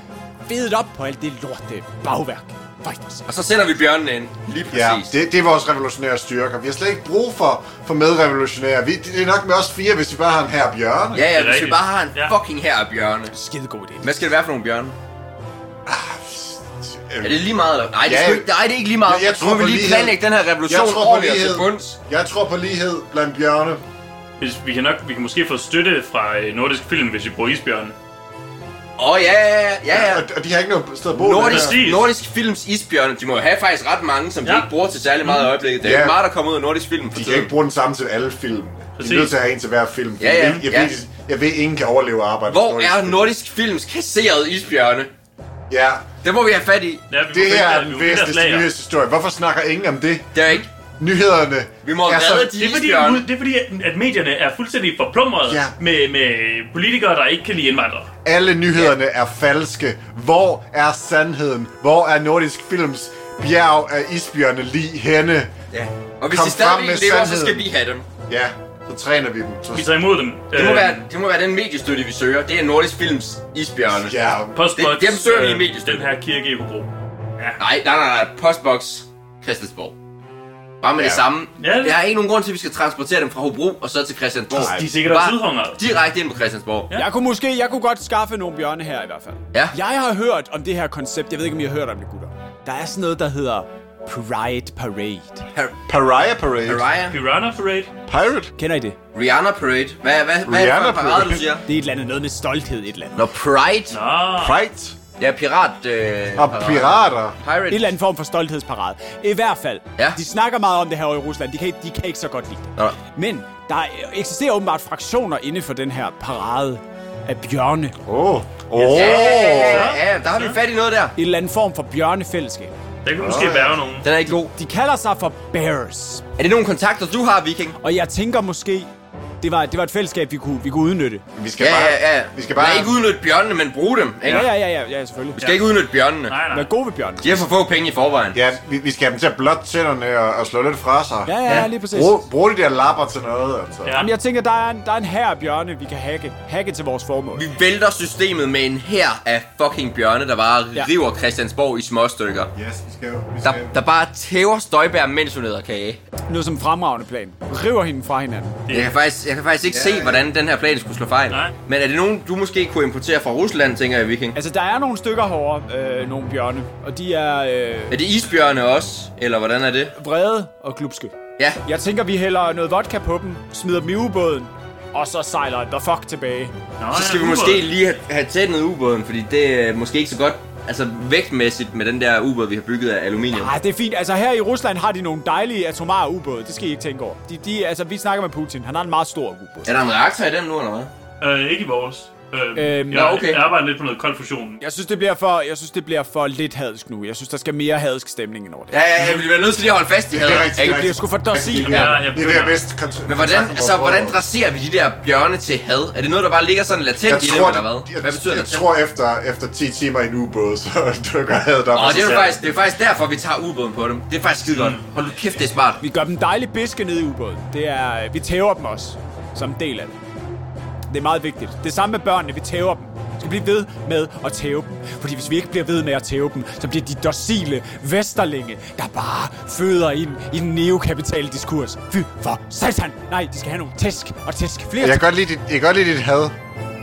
Speaker 4: fedet op på alt det lorte bagværk. Føj for satan.
Speaker 2: Og så sender vi bjørnene ind. Lige
Speaker 1: Ja,
Speaker 2: præcis.
Speaker 1: det, det er vores revolutionære styrker. Vi har slet ikke brug for, for medrevolutionære. Vi, det er nok med os fire, hvis vi bare har en her bjørne.
Speaker 2: ja, ja,
Speaker 3: Det er
Speaker 2: hvis vi
Speaker 3: rigtigt.
Speaker 2: bare har en
Speaker 3: Ja.
Speaker 2: fucking her af bjørne.
Speaker 4: Skidegod idé.
Speaker 2: Hvad skal det være for nogle bjørne?
Speaker 1: Ah, Øh,
Speaker 2: Er det lige meget? eller- Nej, det,
Speaker 1: Ja.
Speaker 2: ja. ikke, nej, det er ikke lige meget.
Speaker 1: Jeg- jeg
Speaker 2: Nu
Speaker 1: tror
Speaker 2: må vi
Speaker 1: på
Speaker 2: lige
Speaker 1: lighed.
Speaker 2: planlægge den her
Speaker 1: Jeg
Speaker 2: revolution
Speaker 1: tror på
Speaker 2: ordentligt til
Speaker 1: lighed.
Speaker 2: bunds.
Speaker 1: Jeg tror på lighed blandt bjørne.
Speaker 3: Hvis vi kan nok, vi kan måske få støtte fra øh, nordisk film, hvis vi bruger isbjørnene.
Speaker 2: Åh, oh, ja, ja, ja, ja, ja.
Speaker 1: Og, og de har ikke noget sted at bo.
Speaker 2: Nordisk,
Speaker 3: præcis.
Speaker 2: nordisk Films isbjørne, de må jo have faktisk ret mange, som ja. de
Speaker 3: Ja.
Speaker 2: ikke bruger til særlig meget i øjeblikket. Det er
Speaker 1: Mm. Ja.
Speaker 2: jo meget, der kommer ud af Nordisk Film for
Speaker 1: De kan ikke
Speaker 2: tiden.
Speaker 1: bruge den samme til alle film. De er
Speaker 3: Præcis.
Speaker 1: nødt til at have en til hver film.
Speaker 2: Ja, ja,
Speaker 1: jeg, ved, jeg,
Speaker 2: ja.
Speaker 1: Ved, jeg ved, ingen kan overleve arbejde.
Speaker 2: Hvor er Nordisk Films kasserede isbjørne?
Speaker 1: Ja,
Speaker 2: Det må vi have fat i.
Speaker 3: Ja, vi må
Speaker 1: det
Speaker 3: finde
Speaker 1: her er
Speaker 3: deres- vi
Speaker 1: den
Speaker 3: må finde deres
Speaker 1: bedste
Speaker 3: lager.
Speaker 1: nyhedshistorie. Hvorfor snakker ingen om det?
Speaker 2: Det er ikke.
Speaker 1: Nyhederne
Speaker 2: Vi må
Speaker 1: er
Speaker 2: redde de
Speaker 3: Det er fordi,
Speaker 2: isbjørne.
Speaker 3: det er fordi at, at medierne er fuldstændig forplumret
Speaker 1: Ja.
Speaker 3: ja. med, med politikere, der ikke kan lide indvandrere.
Speaker 1: Alle nyhederne er falske. Hvor er sandheden? Hvor er Nordisk Films bjerg af isbjørne lige henne?
Speaker 2: Ja. Og hvis
Speaker 1: Kom
Speaker 2: de
Speaker 1: frem med
Speaker 2: stadigvæk lever, så skal
Speaker 1: sandheden.
Speaker 2: vi have dem.
Speaker 1: Ja, så træner vi dem. Så...
Speaker 3: Vi tager imod dem. Øh,
Speaker 2: Det må, være, det må være den mediestøtte, vi søger. Det er Nordisk Films isbjørne.
Speaker 1: Ja,
Speaker 3: Postbox,
Speaker 2: Det- dem søger vi i
Speaker 3: øh,
Speaker 2: mediestøtten.
Speaker 3: Den her kirke i Hobro.
Speaker 2: Nej, nej, nej, nej. Postbox Christiansborg. Bare med
Speaker 1: Ja.
Speaker 2: det samme.
Speaker 3: Ja, det-
Speaker 2: Der er ikke nogen grund til, at vi skal transportere dem fra Hobro og så til Christiansborg.
Speaker 3: De er sikkert også
Speaker 2: Bare
Speaker 3: sydhungrede.
Speaker 2: Direkte ind på Christiansborg.
Speaker 4: Jeg kunne måske, jeg kunne godt skaffe nogle bjørne her i hvert fald.
Speaker 2: Ja.
Speaker 4: Jeg har hørt om det her koncept, jeg ved ikke, om I har hørt om det, gutter. Der er sådan noget, der hedder Pride Parade.
Speaker 1: Pariah Parade.
Speaker 2: Mariah,
Speaker 3: Piranha Parade.
Speaker 1: Pirate.
Speaker 4: Kender I det?
Speaker 2: Rihanna Parade. Hvad, hvad, hvad er det for
Speaker 1: Rihanna
Speaker 2: en parade, du
Speaker 1: Parade.
Speaker 2: siger?
Speaker 4: Det er et eller andet noget med stolthed, et eller andet.
Speaker 2: Nå, Pride. Nå.
Speaker 3: Ah,
Speaker 1: Fright.
Speaker 2: Ja, pirat. Øh,
Speaker 1: Og
Speaker 2: parade.
Speaker 1: pirater.
Speaker 2: Pirate.
Speaker 4: En eller anden form for stolthedsparade. I hvert fald.
Speaker 2: Ja.
Speaker 4: De snakker meget om det her over i Rusland. De kan, ikke- de kan ikke så godt lide det.
Speaker 2: Nå.
Speaker 4: Men der eksisterer åbenbart fraktioner inden for den her parade af bjørne.
Speaker 1: Åh. Åh.
Speaker 2: Ja, ja, ja, ja, der har vi fat i noget der.
Speaker 4: En eller anden form for bjørnefællesskab.
Speaker 3: der kan måske være nogen.
Speaker 2: Den er ikke god.
Speaker 4: De kalder sig for bears.
Speaker 2: Er det nogle kontakter, du har, Viking?
Speaker 4: Og jeg tænker måske, det var, det var et fællesskab, vi kunne, vi kunne udnytte.
Speaker 1: Vi skal
Speaker 2: Ja,
Speaker 1: bare...
Speaker 2: ja, ja.
Speaker 1: Vi skal bare...
Speaker 2: Lad ikke udnytte bjørnene, men brug dem. Ikke?
Speaker 4: Ja,
Speaker 2: Ja.
Speaker 4: ja, ja, ja, ja selvfølgelig.
Speaker 2: Vi skal ikke udnytte bjørnene.
Speaker 3: Nej, nej.
Speaker 4: Vær god ved bjørn.
Speaker 2: De har for få penge i forvejen.
Speaker 1: Ja, vi, vi skal have dem til at blotte tænderne og, og slå lidt fra sig.
Speaker 4: Ja, ja, ja, lige præcis.
Speaker 1: Brug, brug de der lapper til noget, altså.
Speaker 3: Ja.
Speaker 4: Jamen, jeg tænker, der er en, der er en her bjørne, vi kan hacke. Hacke til vores formål.
Speaker 2: Vi vælter systemet med en her af fucking bjørne, der bare
Speaker 4: Ja.
Speaker 2: river Christiansborg i små stykker.
Speaker 1: Yes, vi skal jo. Vi skal.
Speaker 2: Der, der bare tæver Støjbær, mens hun æder kage.
Speaker 4: Noget som fremragende plan. River hende fra hinanden.
Speaker 2: Jeg kan faktisk, jeg kan faktisk ikke
Speaker 1: Ja,
Speaker 2: se,
Speaker 1: ja.
Speaker 2: hvordan den her plan skulle slå fejl.
Speaker 3: Nej.
Speaker 2: Men er det nogen, du måske kunne importere fra Rusland, tænker jeg, Viking?
Speaker 4: Altså, der er nogle stykker hårdere, øh, nogle bjørne. Og de er øh,
Speaker 2: Er det isbjørne også? Eller hvordan er det?
Speaker 4: vrede og glupske.
Speaker 2: Ja,
Speaker 4: Jeg tænker, vi hælder noget vodka på dem, smider dem i ubåden, og så sejler the fuck tilbage.
Speaker 3: Nå,
Speaker 2: så skal
Speaker 3: ja,
Speaker 2: vi
Speaker 3: ubåd.
Speaker 2: måske lige have, have tændet ubåden, fordi det er måske ikke så godt altså vægtmæssigt med den der ubåd, vi har bygget af aluminium.
Speaker 4: Ej, det er fint. Altså, her i Rusland har de nogle dejlige atomare ubåde. Det skal I ikke tænke over. De, de, altså, vi snakker med Putin. Han har en meget stor ubåd.
Speaker 2: Er der en reaktor i den nu, eller hvad?
Speaker 3: Øh, ikke i vores. Øh,
Speaker 4: Øhm,
Speaker 3: jeg,
Speaker 4: nå,
Speaker 2: okay.
Speaker 3: jeg arbejder lidt på noget kold fusion.
Speaker 4: Jeg synes, det bliver for, jeg synes, det bliver for lidt hadsk nu. Jeg synes, der skal mere hadsk stemning ind over det.
Speaker 2: Ja, ja, ja, vi bliver nødt til lige at holde fast i
Speaker 1: det er
Speaker 2: hader,
Speaker 1: rigtigt.
Speaker 2: ikke?
Speaker 4: Det er sgu for dossil.
Speaker 1: Ja,
Speaker 3: Ja, jeg
Speaker 1: det er det, jeg
Speaker 3: begynder.
Speaker 1: bedst kont-
Speaker 2: Men hvordan,
Speaker 1: kontakten
Speaker 2: altså,
Speaker 1: vores
Speaker 2: hvordan
Speaker 1: forhold.
Speaker 2: dresserer vi de der bjørne til had? Er det noget, der bare ligger sådan latent
Speaker 1: jeg
Speaker 2: i
Speaker 1: tror,
Speaker 2: dem, eller hvad?
Speaker 1: Jeg,
Speaker 2: Hvad betyder
Speaker 1: jeg,
Speaker 2: det?
Speaker 1: tror efter, efter 10 timer i en ubåd, så [LAUGHS] dukker hadet op.
Speaker 2: Og det er, jo
Speaker 1: selv.
Speaker 2: faktisk, det er faktisk derfor, vi tager ubåden på dem. Det er faktisk skide godt. Hold nu kæft, det er smart.
Speaker 4: Vi gør dem dejligt biske ned i ubåden. Det er, øh, vi tæver dem også, som en del af det. Det er meget vigtigt. Det samme med børnene, vi tæver dem. Vi skal blive ved med at tæve dem. Fordi hvis vi ikke bliver ved med at tæve dem, så bliver de docile vesterlinge, der bare føder ind i den neokapitale diskurs. Fy for satan! Nej, de skal have nogle tæsk og tæsk flere.
Speaker 1: Jeg kan godt lide dit, jeg kan godt lide dit had.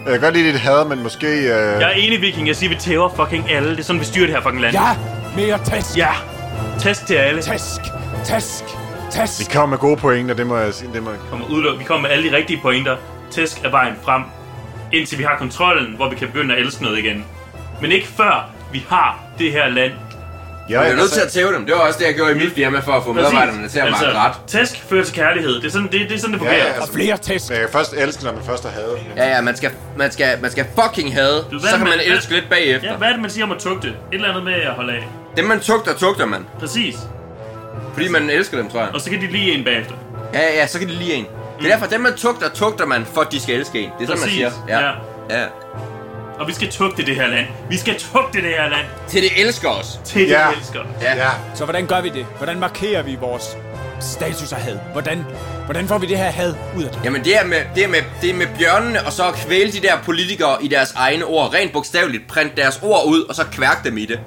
Speaker 1: Jeg kan godt lide dit had, men måske... Øh,
Speaker 3: Jeg er enig, Viking. Jeg siger, vi tæver fucking alle. Det er sådan, vi styrer det her fucking land.
Speaker 4: Ja, mere tæsk,
Speaker 3: Ja. Test til alle.
Speaker 4: tæsk, tæsk,
Speaker 1: Vi
Speaker 4: tæsk.
Speaker 1: kommer med gode pointer, det må jeg sige. Det må jeg...
Speaker 3: Kommer udeluk- Vi kommer med alle de rigtige pointer. Tæsk er vejen frem. Indtil vi har kontrollen, hvor vi kan begynde at elske noget igen. Men ikke før vi har det her land.
Speaker 1: Ja, altså-
Speaker 2: Vi er nødt til at tæve dem. Det var også det, jeg gjorde i mit firma for at få medarbejderne til at
Speaker 3: altså,
Speaker 2: makke ret.
Speaker 3: tæsk fører til kærlighed. Det er sådan, det, det, er sådan, det
Speaker 1: Ja,
Speaker 3: fungerer.
Speaker 1: ja,
Speaker 4: Og
Speaker 1: altså,
Speaker 4: flere tæsk.
Speaker 1: men jeg kan først elske, når man først har hadet.
Speaker 2: Ja, ja, man skal, man skal, man skal fucking have.
Speaker 3: ved,
Speaker 2: Så kan
Speaker 3: man-
Speaker 2: man elske lidt
Speaker 3: Ja,
Speaker 2: bagefter.
Speaker 3: hvad er det, man siger om at tugte? Et eller andet med at holde af.
Speaker 2: Dem, man tugter, tugter man.
Speaker 3: Præcis.
Speaker 2: Fordi man elsker dem, tror jeg.
Speaker 3: Og så kan de lige en bagefter.
Speaker 2: Ja, ja, så kan de lide en. Det er derfor, dem, man tugter, tugter man, for at de skal elske en. Det er sådan, man
Speaker 3: Præcis.
Speaker 2: siger.
Speaker 3: Ja.
Speaker 2: ja.
Speaker 3: Og vi skal tugte det her land. Vi skal tugte det her land
Speaker 2: Til det elsker os.
Speaker 3: til det,
Speaker 1: Ja.
Speaker 3: vi elsker.
Speaker 2: Ja.
Speaker 1: Ja,
Speaker 4: Så hvordan gør vi det? Hvordan markerer vi vores status af had? Hvordan, hvordan får vi det her had ud af det?
Speaker 2: Jamen det er, med, det, er med, det er med bjørnene, og så at kvæle de der politikere i deres egne ord. Rent bogstaveligt, print deres ord ud, og så kværk dem i det.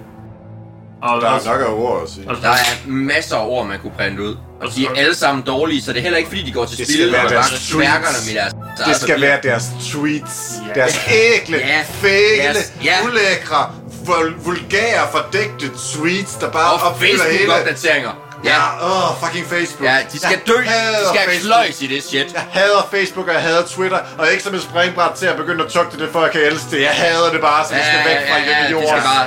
Speaker 3: Og,
Speaker 1: der er nok af ord at sige.
Speaker 3: og,
Speaker 2: Der er masser af ord, man kunne printe ud. Og de er alle sammen dårlige, så det er heller ikke fordi, de går til
Speaker 1: Det skal
Speaker 2: spil,
Speaker 1: være
Speaker 2: og man
Speaker 1: deres
Speaker 2: bare
Speaker 1: tweets.
Speaker 2: kværker dem i deres Altså,
Speaker 1: Det
Speaker 2: eget
Speaker 1: skal
Speaker 2: papir.
Speaker 1: være deres tweets,
Speaker 3: Ja.
Speaker 1: deres ægle,
Speaker 2: Ja.
Speaker 1: fæle,
Speaker 2: Deres- ja.
Speaker 1: ulækre, vul- vulgære, fordægte tweets, der bare
Speaker 2: Og
Speaker 1: opfylder hele...
Speaker 2: Facebook-opdateringer. Ja.
Speaker 1: Ja, åh, fucking Facebook.
Speaker 2: ja, de skal dø. De
Speaker 1: hader
Speaker 2: skal have
Speaker 1: Facebook.
Speaker 2: kløjs i det shit.
Speaker 1: Jeg hader Facebook, og jeg hader Twitter, og ikke som et springbræt til at begynde at tugte det, for jeg kan elske det. Jeg hader det bare, så det skal væk fra ja,
Speaker 2: det
Speaker 1: jorden.
Speaker 2: skal bare...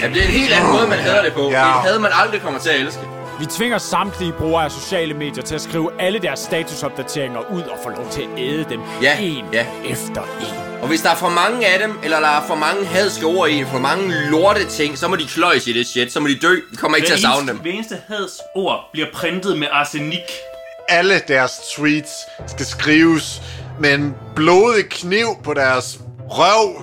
Speaker 2: Jamen, det er en helt anden måde, man hader det på.
Speaker 1: Ja.
Speaker 2: Det havde man aldrig kommer til at elske.
Speaker 4: Vi tvinger samtlige brugere af sociale medier til at skrive alle deres statusopdateringer ud og få lov til at æde dem
Speaker 2: Ja,
Speaker 4: en
Speaker 2: ja.
Speaker 4: efter en.
Speaker 2: Og hvis der er for mange af dem, eller der er for mange hadske ord i, for mange lorte ting, så må de kløjs i det shit, så må de dø. Vi kommer ikke til at savne dem.
Speaker 3: Hver eneste hads ord bliver printet med arsenik.
Speaker 1: Alle deres tweets skal skrives med en blodig kniv på deres røv.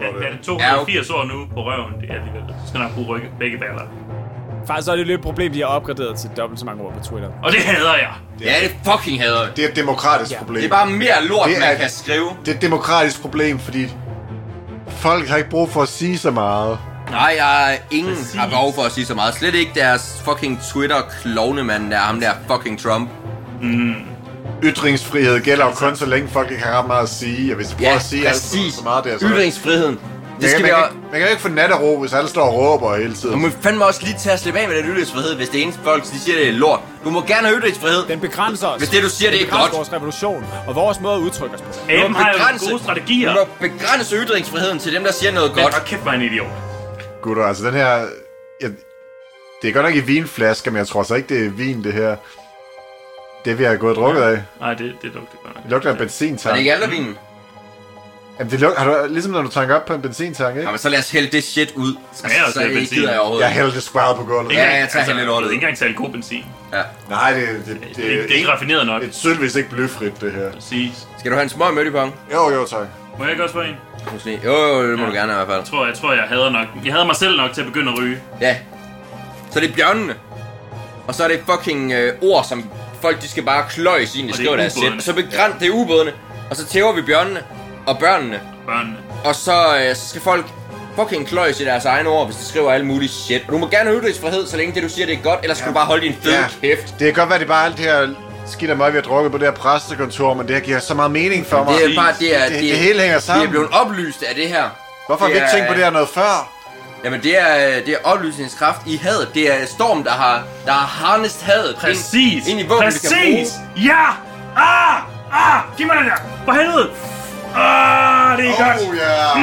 Speaker 3: Ja, ja, det tog
Speaker 2: Ja,
Speaker 3: ja,
Speaker 2: okay.
Speaker 3: 80 år nu på røven. Det er alligevel. Du skal nok kunne rykke begge baller.
Speaker 4: Faktisk så er det lidt et problem, de har opgraderet til dobbelt så mange ord på Twitter.
Speaker 3: Og det hader jeg.
Speaker 2: Ja, det fucking hader jeg.
Speaker 1: Det er et demokratisk
Speaker 4: Ja.
Speaker 1: problem.
Speaker 2: Det er bare mere lort,
Speaker 1: Det er-
Speaker 2: man kan skrive.
Speaker 1: Det er et demokratisk problem, fordi folk har ikke brug for at sige så meget.
Speaker 2: Nej, jeg er ingen
Speaker 3: Præcis.
Speaker 2: har behov for at sige så meget. Slet ikke deres fucking Twitter-klovnemand, der er ham der fucking Trump.
Speaker 1: Ytringsfrihed gælder jo kun så længe folk ikke har ret meget at sige, og hvis de prøver at sige alt for-
Speaker 2: præcis.
Speaker 1: så meget, det er så...
Speaker 2: Ytringsfriheden.
Speaker 1: Det skal
Speaker 2: skal
Speaker 1: man,
Speaker 2: vi
Speaker 1: kan,
Speaker 2: også-
Speaker 1: ikke, man kan jo ikke få nat og ro, hvis alle står og råber hele tiden.
Speaker 2: Du må fandme også lige tage at slippe af med den ytringsfrihed, hvis det eneste folk de siger, det er lort. Du må gerne have ytringsfrihed.
Speaker 4: Den begrænser os.
Speaker 2: Hvis det, du siger, det er
Speaker 4: begrænser
Speaker 2: godt.
Speaker 4: vores revolution og vores måde at udtrykke os på.
Speaker 3: Aben har jo nogle
Speaker 2: begrænse-
Speaker 3: gode strategier.
Speaker 2: Du må begrænse ytringsfriheden til dem, der siger noget
Speaker 3: Men
Speaker 2: godt.
Speaker 3: hold kæft, hvor er en idiot.
Speaker 1: Gutter, altså den her... Jeg, det er godt nok i vinflasker, men jeg tror så ikke, det er vin, det her. Det vi har gået og drukket af.
Speaker 3: Nej, det, det lugter godt nok.
Speaker 1: Det lugter af
Speaker 2: Er det
Speaker 1: benzintank.
Speaker 2: ikke aldervinen?
Speaker 1: Jamen, det lugter, har du, ligesom når du tanker op på en benzintank, ikke?
Speaker 2: Jamen, så lad os hælde det shit ud. Altså,
Speaker 3: smager også
Speaker 2: så
Speaker 3: lidt af
Speaker 2: ikke
Speaker 3: benzin.
Speaker 2: gider jeg
Speaker 1: Jeg
Speaker 2: overhovedet.
Speaker 1: hælder det square på gulvet.
Speaker 2: Ja, jeg tager lidt over
Speaker 3: Altså, det. er
Speaker 2: det.
Speaker 3: Ikke engang særlig god benzin. Det,
Speaker 2: Ja.
Speaker 1: Nej, det, det, det,
Speaker 3: er ikke- det er ikke raffineret nok.
Speaker 1: det er tydeligvis ikke bløfrit, det her.
Speaker 3: Præcis.
Speaker 2: Skal du have en smøg mødipong?
Speaker 1: Jo, jo, tak.
Speaker 3: Må jeg ikke også få en?
Speaker 2: Måske. Jo, jo, det må du gerne i hvert fald.
Speaker 3: Jeg tror, jeg, tror, jeg hader nok. Jeg hader mig selv nok til at begynde at ryge.
Speaker 2: Ja. Så det er bjørnene. Og så er det fucking øh, ord, som folk de skal bare kløjes ind i
Speaker 3: Og det er
Speaker 2: skriver deres sæt.
Speaker 3: ubådene.
Speaker 2: Så begræn det er ubådene. Og så tæver vi bjørnene og børnene.
Speaker 3: Børnene.
Speaker 2: Og så, øh, så skal folk fucking kløjes i deres egne ord, hvis de skriver alle mulige shit. Og du må gerne have ytringsfrihed, så længe det du siger, det er godt, ellers skal du bare holde din fede
Speaker 1: Ja.
Speaker 2: kæft.
Speaker 1: Det kan godt være, det er bare alt det her skidt og møg, vi har drukket på det her præstekontor, men det her giver så meget mening for mig.
Speaker 2: Det er bare, det er,
Speaker 1: Det- det hele hænger sammen.
Speaker 2: Vi er blevet oplyst af det her.
Speaker 1: Hvorfor har vi
Speaker 2: det
Speaker 1: ikke
Speaker 2: er-
Speaker 1: tænkt på det her noget før? Oh,
Speaker 2: Jamen det er, øh, det er oplysningens kraft i hadet. Det er storm, der har, der har harnest hadet ind-
Speaker 3: Præcis.
Speaker 2: ind, i våben, vi kan bruge.
Speaker 3: Præcis. Ja. Ah. Ah. Giv mig den der. For helvede. Ah, det er godt.
Speaker 1: Oh, yeah.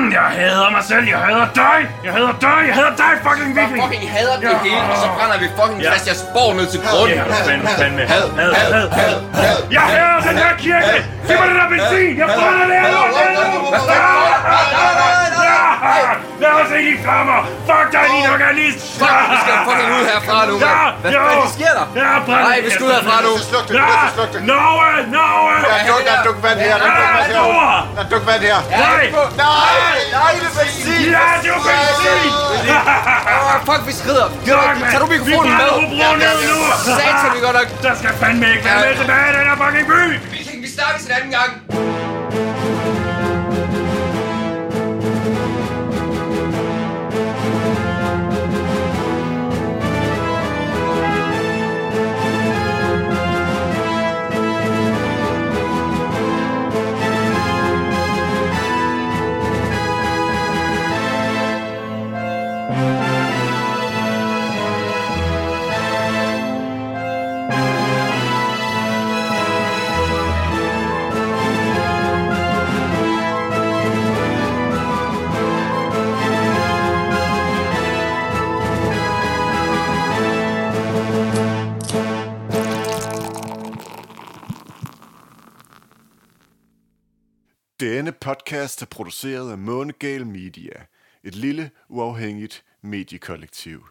Speaker 3: Mm, jeg hader mig selv. Jeg hader dig. Jeg hader dig. Jeg hader dig, fucking
Speaker 2: Bare
Speaker 3: viking.
Speaker 2: fucking hader det
Speaker 3: Ja.
Speaker 2: hele, og så brænder vi fucking
Speaker 3: Ja.
Speaker 2: Christiansborg ned til grunden.
Speaker 3: Ja, fandme, fandme.
Speaker 2: Had,
Speaker 3: Had,
Speaker 2: had,
Speaker 3: had, had. Jeg hader den her kirke. Giv mig den der benzin. Jeg brænder det her lort. ned. Ah, Lad os ikke i flammer. Fuck dig, din organist.
Speaker 2: Fuck, vi skal fucking ud herfra nu,
Speaker 3: Ja,
Speaker 2: mand. Hvad
Speaker 3: jo.
Speaker 2: fanden sker der?
Speaker 3: Ja, brænd.
Speaker 2: Nej, vi skal ud herfra nu.
Speaker 1: Så sluk det,
Speaker 3: Ja,
Speaker 1: så sluk det.
Speaker 3: Ah, Norge, Norge.
Speaker 1: Der er duk- der er dukvand her, der er dukvand her. Der er dukvand her.
Speaker 3: Nej.
Speaker 1: Nej, nej, det er benzin.
Speaker 3: Ja, det er jo benzin.
Speaker 2: Åh, fuck, vi skrider.
Speaker 3: Fuck, mand.
Speaker 2: Tag du mikrofonen
Speaker 3: Vi
Speaker 2: med.
Speaker 3: brænder broen ned nu.
Speaker 2: Satan, vi godt nok.
Speaker 3: [LAUGHS] Der skal fandme ikke være med tilbage i den her fucking by.
Speaker 2: Viking, vi snakkes en anden gang.
Speaker 1: Denne podcast er produceret af Månegal Media, et lille, uafhængigt mediekollektiv.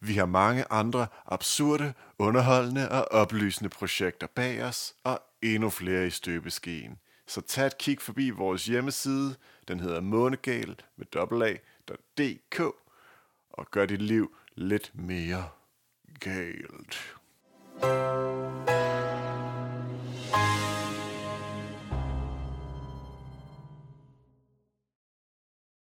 Speaker 1: Vi har mange andre absurde, underholdende og oplysende projekter bag os, og endnu flere i støbeskeen. Så tag et kig forbi vores hjemmeside, den hedder månegal med dobbelt og gør dit liv lidt mere galt.